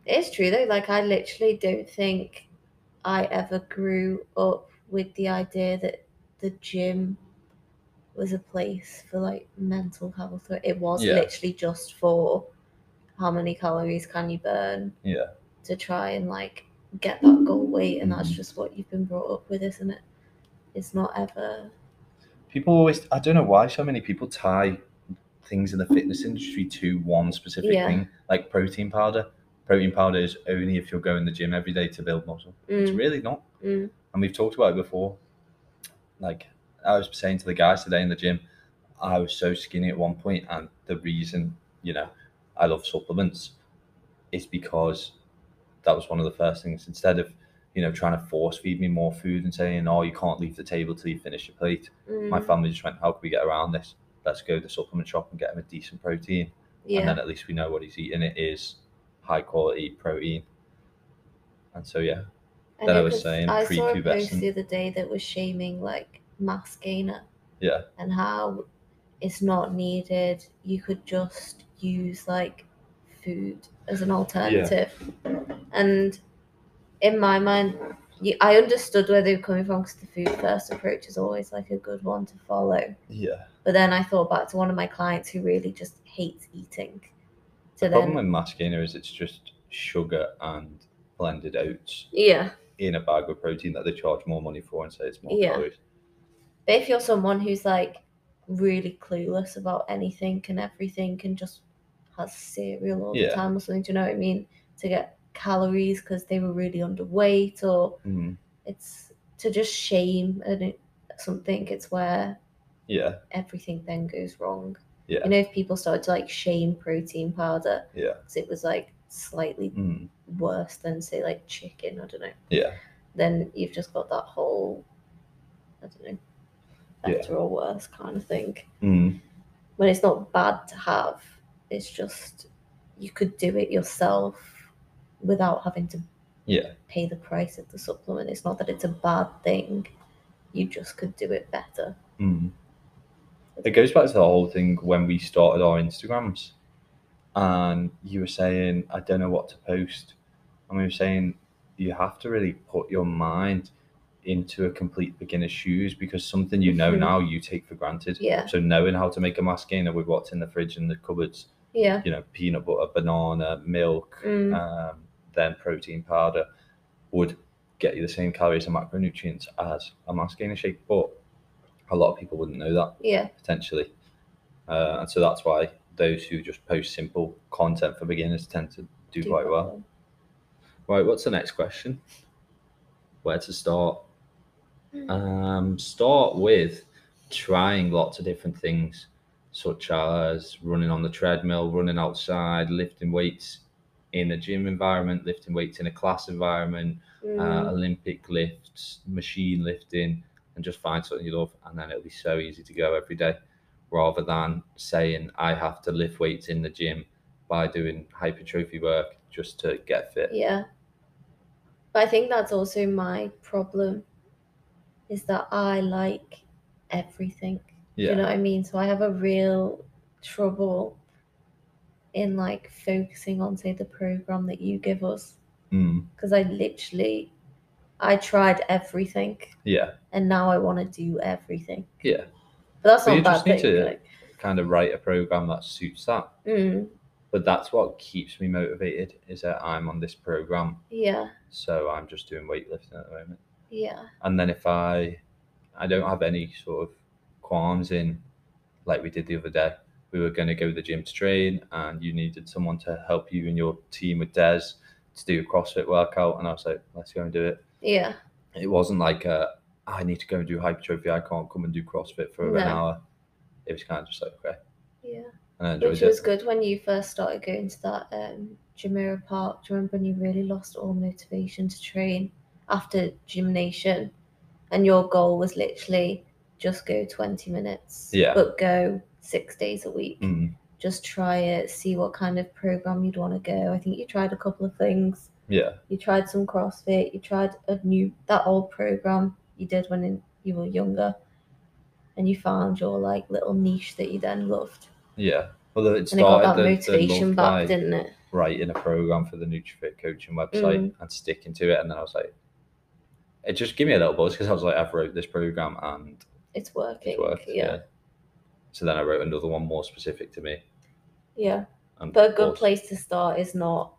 it's true though. Like I literally don't think I ever grew up with the idea that the gym was a place for like mental health. It was
Yeah.
literally just for how many calories can you burn?
Yeah.
To try and like get that goal weight, and that's
Mhm.
just what you've been brought up with, isn't it? It's not ever.
people always i don't know why so many people tie things in the fitness industry to one specific
Yeah.
thing like protein powder protein powder is only if you're going to the gym every day to build muscle it's
Mm,
really not
mm,
and we've talked about it before. Like I was saying to the guys today in the gym, I was so skinny at one point, and the reason you know I love supplements is because that was one of the first things. Instead of you know trying to force feed me more food and saying, "Oh, you can't leave the table till you finish your plate,"
mm.
my family just went, "How can we get around this?" let's go to the supplement shop and get him a decent protein. And
Yeah.
then at least we know what he's eating. It is high quality protein. And so, yeah.
And
that I
it
was saying,
I saw a
prepubescent.
post the other day that was shaming like mass gainer.
Yeah.
And how it's not needed. You could just use like food as an alternative. And in my mind, you, I understood where they were coming from because the food first approach is always like a good one to follow.
Yeah.
But then I thought back to one of my clients who really just hates eating. So
the problem
then,
with mass gainer is it's just sugar and blended oats
yeah.
in a bag with protein that they charge more money for and say it's more
Yeah.
calories.
But if you're someone who's like really clueless about anything and everything and just has cereal all
Yeah.
the time or something, do you know what I mean? To get calories because they were really underweight or
Mm.
it's to just shame and it, something, it's where
Yeah.
everything then goes wrong.
Yeah.
You know, if people started to like shame protein powder
Yeah.
because it was like slightly
Mm.
worse than say like chicken, I don't know,
Yeah.
then you've just got that whole, I don't know,
Yeah.
better or worse kind of thing.
Mm.
when it's not bad to have. It's just you could do it yourself without having to
Yeah.
pay the price of the supplement. It's not that it's a bad thing. You just could do it better.
Mm. It goes back to the whole thing when we started our Instagrams, and you were saying, I don't know what to post. And we were saying, you have to really put your mind into a complete beginner's shoes because something you know
Mhm.
now you take for granted.
Yeah.
So, knowing how to make a mascara with what's in the fridge and the cupboards,
Yeah.
you know, peanut butter, banana, milk,
Mm.
um, then protein powder would get you the same calories and macronutrients as a mascara shake. But a lot of people wouldn't know that
Yeah.
potentially. Uh, and so that's why those who just post simple content for beginners tend to do,
do
quite
that
well.
one.
Right, what's the next question? Where to start? Um, start with trying lots of different things, such as running on the treadmill, running outside, lifting weights in a gym environment, lifting weights in a class environment, uh,
Mm.
Olympic lifts, machine lifting, and just find something you love, and then it'll be so easy to go every day, rather than saying I have to lift weights in the gym by doing hypertrophy work just to get fit.
Yeah. But I think that's also my problem is that I like everything. Do
Yeah,
you know what I mean? So I have a real trouble in like focusing on say the program that you give us
Mm,
because I literally I tried everything
yeah,
and now I want to do everything.
yeah.
But that's
But
not
you
a bad
just need
thing.
to-
like,
Kind of write a program that suits that.
mm,
But that's what keeps me motivated is that I'm on this program,
yeah,
so I'm just doing weightlifting at the moment.
yeah,
and then if i i don't have any sort of qualms in like we did the other day we were going to go to the gym to train and you needed someone to help you and your team with des to do a crossfit workout and i was like let's go and do it
yeah,
it wasn't like uh, i need to go and do hypertrophy i can't come and do crossfit for an
No.
hour it was kind of just like okay
yeah.
and i enjoyed
Which
it
was good when you first started going to that um, Jumeirah Park. Do you remember when you really lost all motivation to train after gymnation? And your goal was literally just go 20 minutes,
Yeah.
but go six days a week.
Mm,
Just try it, see what kind of program you'd want to go. I think you tried a couple of things.
yeah
You tried some CrossFit, you tried a new, that old program you did when in, you were younger. And you found your like little niche that you then loved.
yeah although it
And it got that
started the, the
motivation
love
back,
by
didn't it?
writing a program for the NutriFit coaching website
Mm.
and sticking to it. And then I was like, it just gave me a little buzz because I was like, I've wrote this program and
It's working.
it's worked.
yeah. yeah.
So then I wrote another one more specific to me. And
But a good
also-
place to start is not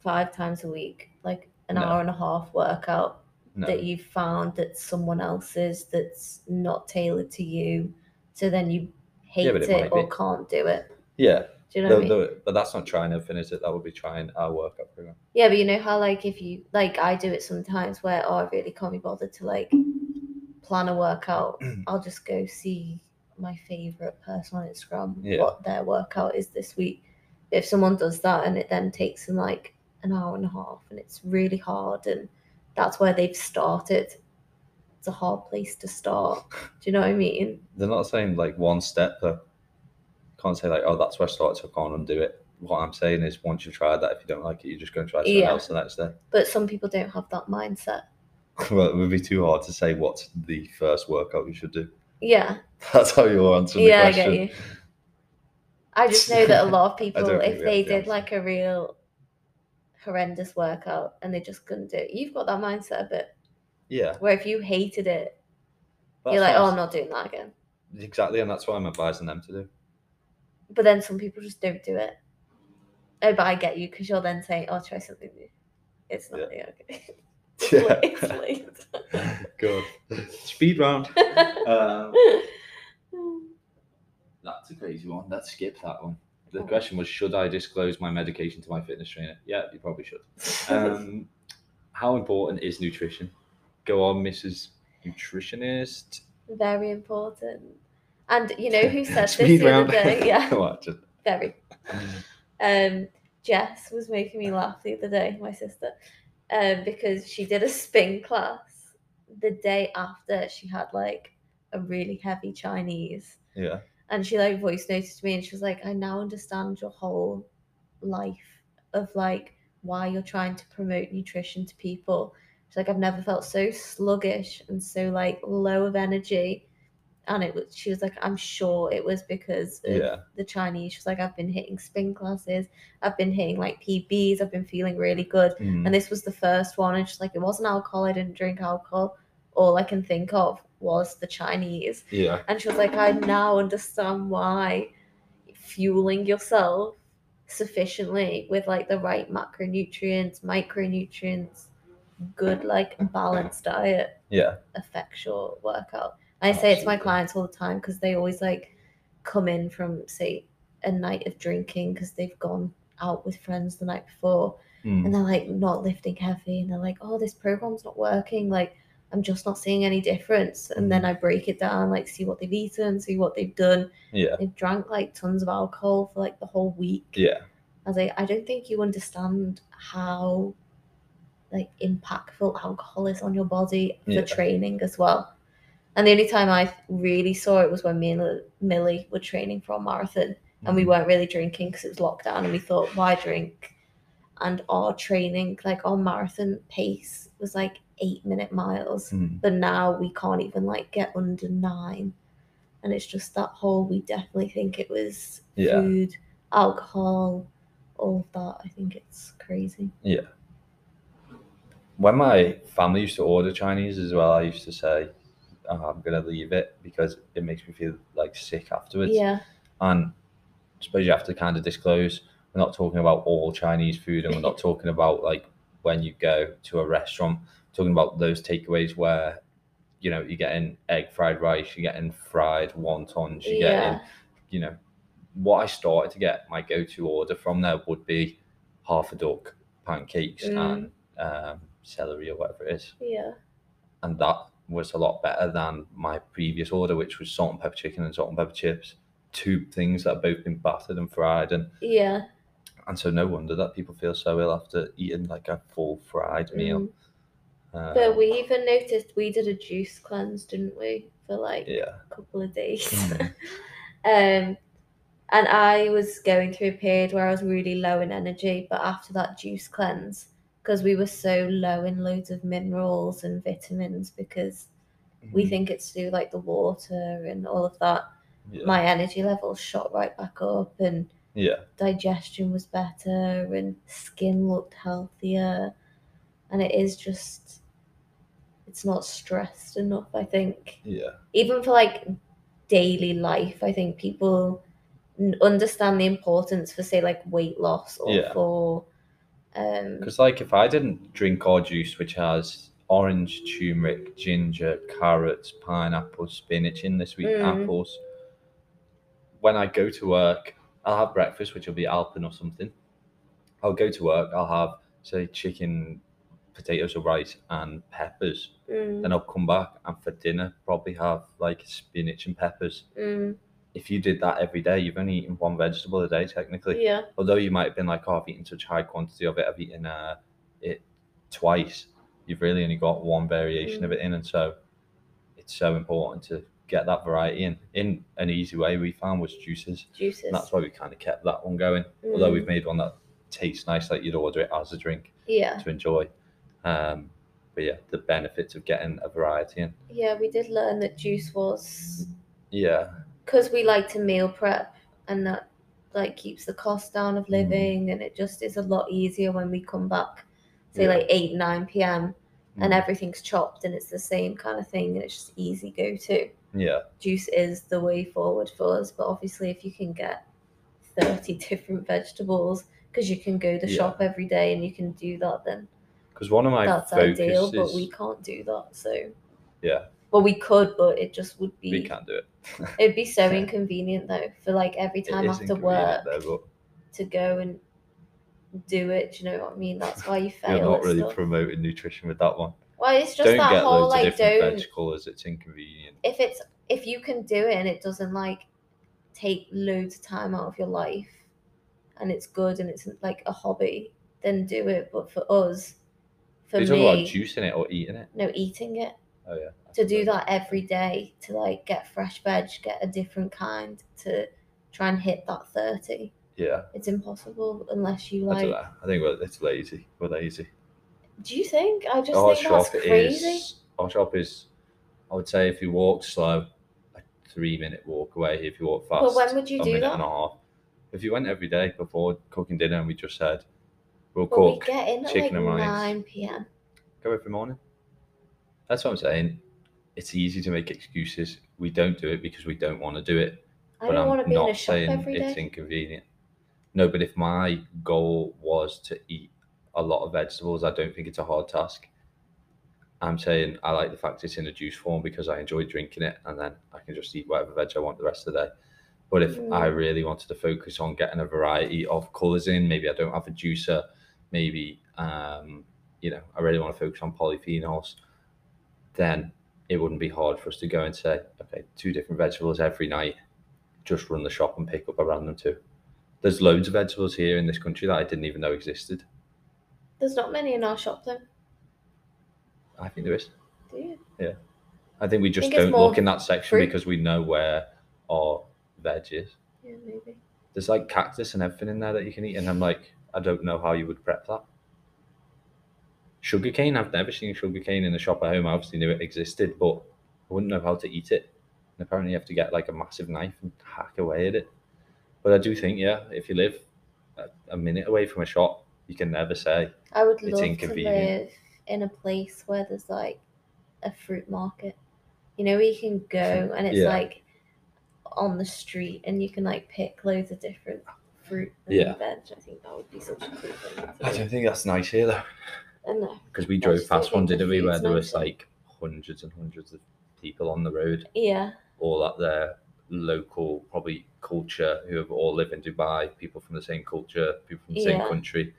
five times a week, like an
No.
hour and a half workout
No.
that you've found that's someone else's that's not tailored to you. So then you hate
Yeah, but
it,
it might
or
be.
can't do it.
yeah.
Do you know what I
the-
mean?
the- but that's not trying to finish it. That would be trying our workout program.
Yeah, but you know how like if you like I do it sometimes where oh I really can't be bothered to like plan a workout. I'll just go see my favorite person on Instagram
Yeah.
what their workout is this week. If someone does that and it then takes them like an hour and a half and it's really hard and that's where they've started. it's a hard place to start. Do you know what I mean?
They're not saying like one step. Per, can't say like, oh, that's where I started, so I can't undo it. What I'm saying is, once you've tried that, if you don't like it, you're just going to try something
Yeah.
else the next day. *laughs*
But some people don't have that mindset.
well, it would be too hard to say what's the first workout you should do. *laughs*
Yeah,
That's how you're answering
yeah,
the
I
question.
get you. I just know that
*laughs*
a lot of people,
don't think
if
we have
they
the
did
answer.
like a real horrendous workout and they just couldn't do it, you've got that mindset a bit
Yeah.
where if you hated it,
that's
you're like,
what
oh,
I'm
I'm not doing that again.
s- Exactly, and that's what I'm advising them to do.
But then some people just don't do it. Oh, but I get you because you're then saying, "I'll try something new." It's not okay.
*laughs*
It's *laughs*
Yeah.
late, it's
*laughs* Good. Speed round.
late.
Um, that's a crazy one. Let's skip that one. The
Oh.
question was Should I disclose my medication to my fitness trainer? Yeah, you probably
*laughs*
should. Um, how important is nutrition? Go on, Mrs. Nutritionist.
*laughs* Very important. And you know who said
*laughs*
this
Speed
the
round.
other
*laughs*
day? Yeah,
Come on, just-
very. Um, Jess was making me laugh the other day, my sister, um, because she did a spin class the day after she had like a really heavy Chinese.
yeah.
and she like voice noticed me and she was like i now understand your whole life of like why you're trying to promote nutrition to people she's like i've never felt so sluggish and so like low of energy and it was she was like i'm sure it was because of
Yeah.
the chinese she was like i've been hitting spin classes i've been hitting like pbs i've been feeling really good
Mm.
and this was the first one and she's like it wasn't alcohol i didn't drink alcohol all i can think of was the chinese
Yeah.
and she was like, I now understand why fueling yourself sufficiently with like the right macronutrients, micronutrients, good, like balanced diet
Mm-hmm. Yeah.
affects your workout. I say it to my
Absolutely.
clients all the time because they always like come in from, say, a night of drinking because they've gone out with friends the night before
Mm.
and they're like not lifting heavy and they're like oh this program's not working like i'm just not seeing any difference and
Mm.
then i break it down like see what they've eaten see what they've done
Yeah.
they've drank like tons of alcohol for like the whole week
Yeah.
i was like i don't think you understand how like impactful alcohol is on your body for
Yeah.
training as well and the only time i really saw it was when me and Li- millie were training for a marathon and we
Mm,
weren't really drinking because it was lockdown and we thought why drink and our training like our marathon pace was like eight minute miles
Mm.
but now we can't even like get under nine and it's just that whole we definitely think it was
Yeah.
food alcohol all of that i think it's crazy
when my family used to order Chinese as well, I used to say, "Oh, I'm going to leave it because it makes me feel like sick afterwards.
yeah
And I suppose you have to kind of disclose we're not talking about all Chinese food and we're
*laughs*
not talking about like when you go to a restaurant, talking about those takeaways where, you know, you're getting egg fried rice, you're getting fried wontons, you're
yeah
getting, you know, what I started to get my go to order from there would be half a duck, pancakes,
Mm.
and um, celery or whatever it is.
yeah
And that was a lot better than my previous order, which was salt and pepper chicken and salt and pepper chips. Two things that have both been battered and fried. And,
yeah
and so, no wonder that people feel so ill after eating like a full fried meal.
Mm.
Um,
but we even noticed we did a juice cleanse didn't we for like
Yeah.
couple of days.
Mhm.
um, and I was going through a period where I was really low in energy, but after that juice cleanse, because we were so low in loads of minerals and vitamins, because *laughs*
Mm.
we think it's through like the water and all of that,
Yeah.
my energy level shot right back up and
yeah.
digestion was better and skin looked healthier. And it is just, it's not stressed enough, I think
Yeah.
even for like daily life, I think people n- understand the importance for say like weight loss or
Yeah.
for um
Because, like, if I didn't drink our juice, which has orange, turmeric, ginger, carrots, pineapple, spinach in this week,
Mm.
apples, when I go to work, I'll have breakfast, which will be Alpen or something. I'll go to work, I'll have, say, chicken, potatoes, or rice, and peppers.
mm,
Then I'll come back and for dinner, probably have like spinach and peppers.
mm,
If you did that every day, you've only eaten one vegetable a day, technically
yeah
although you might have been like, oh, I've eaten such high quantity of it, I've eaten
Mm.
uh, it twice. You've really only got one variation of it in, and so it's so important to get that variety in. In an easy way, we found was juices.
Juices. Mm,
And that's why we kind of kept that one going. Although we've made one that tastes nice, like you'd order it as a drink
yeah,
to enjoy. Um, but yeah, the benefits of getting a variety in.
yeah, we did learn that juice was
Yeah,
because we like to meal prep, and that like keeps the cost down
Mm.
of living, and it just is a lot easier when we come back, say
Yeah.
like eight nine p.m. and
Mm.
everything's chopped and it's the same kind of thing, and it's just easy go to.
yeah,
Juice is the way forward for us, but obviously if you can get thirty *laughs* different vegetables because you can go to
Yeah.
shop every day and you can do that then.
because one of my
that's
focuses,
ideal, but we can't do that. So
Yeah.
well, we could, but it just would be
we can't do it. *laughs*
it'd be so
Yeah.
inconvenient though for like every
It
time
is
after work
inconvenient though,
to go and do it. Do you know what I mean? That's why you
but you're
fail.
not
at
really
stuff.
promoting nutrition with that one.
well, it's just
Don't
that
get
whole
loads of
like
different
don't
veg colours. It's inconvenient.
if it's if you can do it and it doesn't like take loads of time out of your life and it's good and it's like a hobby, then do it. But for us, for
Are you talking about
me,
juicing it or eating it?
no eating it.
Oh yeah.
to do that every day to like get fresh veg, get a different kind to try and hit that 30.
Yeah,
It's impossible unless you
I don't
like.
know. I think we're, it's lazy. We're lazy.
Do you think? I just
our
think
Oh, shop
that's crazy.
is our shop is. I would say if you walk slow, a three-minute walk away. If you walk fast,
But when would you
a
do
minute
that?
and a half. If you went every day before cooking dinner, and we just said we'll
But we
cook,
get in at like
chicken and rice.
9 p.m.
go every morning. That's what I'm saying. It's easy to make excuses. We don't do it because we don't want to do it.
I
but
don't
I'm
want to be
not
in a shop
saying
every day.
it's inconvenient. No, but if my goal was to eat a lot of vegetables, I don't think it's a hard task. I'm saying I like the fact it's in a juice form because I enjoy drinking it and then I can just eat whatever veg I want the rest of the day. But if
Mm.
I really wanted to focus on getting a variety of colours in, maybe I don't have a juicer, maybe um, you know, I really want to focus on polyphenols, then it wouldn't be hard for us to go and say, okay, two different vegetables every night just run the shop and pick up a random two. There's loads of vegetables here in this country that I didn't even know existed.
There's not many in our shop though,
I think there is.
do you?
I think we just
think it's
don't
more
look in that section
fruit.
because we know where our veg is.
Yeah, maybe.
There's like cactus and everything in there that you can eat, and I'm like, I don't know how you would prep that. Sugarcane, I've never seen sugarcane in a shop at home. I obviously knew it existed, but I wouldn't know how to eat it. And apparently, you have to get like a massive knife and hack away at it. But I do think, yeah, if you live a, a minute away from a shop, you can never say,
I would
It's
love to
inconvenient.
live in a place where there's like a fruit market. You know, where you can go and it's
Yeah.
like on the street and you can like pick loads of different fruit and
Yeah.
veg. I think that would be such a cool thing. To
I
do.
don't think that's nice here though.
And uh, no,
Because we
I
drove
just don't
past one,
think the
didn't we, where
food's
there
nice
was
here.
like hundreds and hundreds of people on the road,
yeah,
all at their local, probably culture, who have all live in Dubai, people from the same culture, people from the
Yeah.
same country,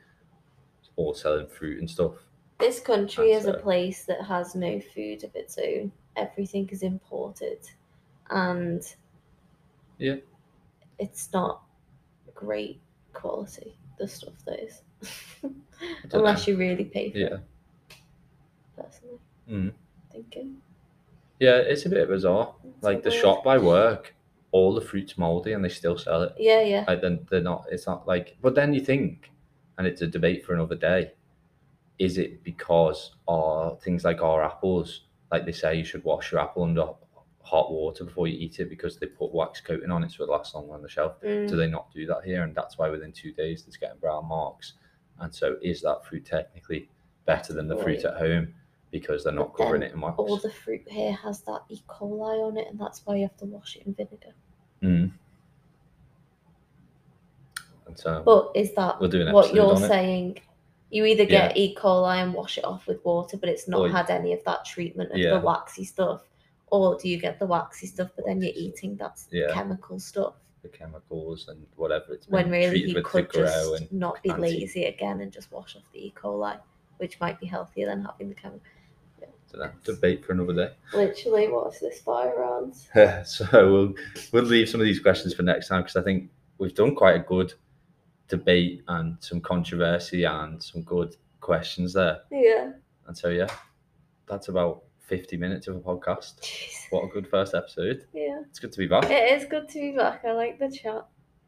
all selling fruit and stuff.
this country
That's
is a
it.
place that has no food of its own. Everything is imported, and
Yeah.
it's not great quality. The stuff that is, *laughs*
dunno.
unless you really pay for it.
Yeah.
personally.
Mm.
Thinking.
Yeah, it's a bit bizarre.
It's
Like the
weird.
shop I work, all the fruit's moldy and they still sell it.
Yeah, yeah.
*laughs* Like then they're not. It's not like. But then you think, and it's a debate for another day. Is it because our things like our apples, like they say, you should wash your apple under hot water before you eat it because they put wax coating on it so it lasts longer on the shelf.
Mm.
Do they not do that here? And that's why within two days it's getting brown marks. And so is that fruit technically better than the fruit
Right.
at home because they're not
But then
covering it in wax?
All the fruit here has that E. coli on it, and that's why you have to wash it in vinegar.
Mm. And so
But is that
we'll do an
what
episode
you're
on it.
saying? You either get E. coli and wash it off with water, but it's not
Or-
had any of that treatment of
Yeah.
the waxy stuff, or do you get the waxy stuff, but then you're
Waxy stuff.
eating that
Yeah.
chemical stuff
the chemicals and whatever it's
when
been
really
treated
you
with to
could
grow
just
and
not be
anti-
lazy again and just wash off the E. coli, which might be healthier than having the chemical.
dunno, debate for another day.
Literally, what's this fire around?
*laughs* so we'll we'll leave some of these questions for next time because I think we've done quite a good debate and some controversy and some good questions there.
Yeah. *laughs*
And so yeah, that's about 50 minutes of a podcast.
Jeez.
What a good first episode.
Yeah.
It's good to be back.
It is good to be back. I like the chat.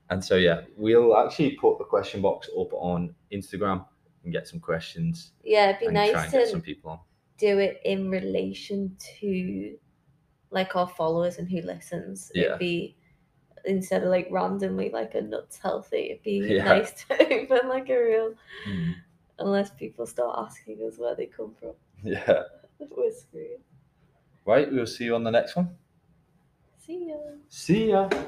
And so, yeah, we'll actually put the question box up on Instagram and get some questions
Yeah, it'd be
and try
nice
and get
to
some people on.
do it in relation to like our followers and who listens.
Yeah.
It'd be instead of like randomly like a nuts healthy, it'd be
*laughs* Yeah.
nice to *laughs* open like a real
Hmm.
unless people start asking us where they come from.
*laughs*
*laughs*
Yeah.
We're screwed.
Right. We'll see you on the next one.
See ya.
See ya.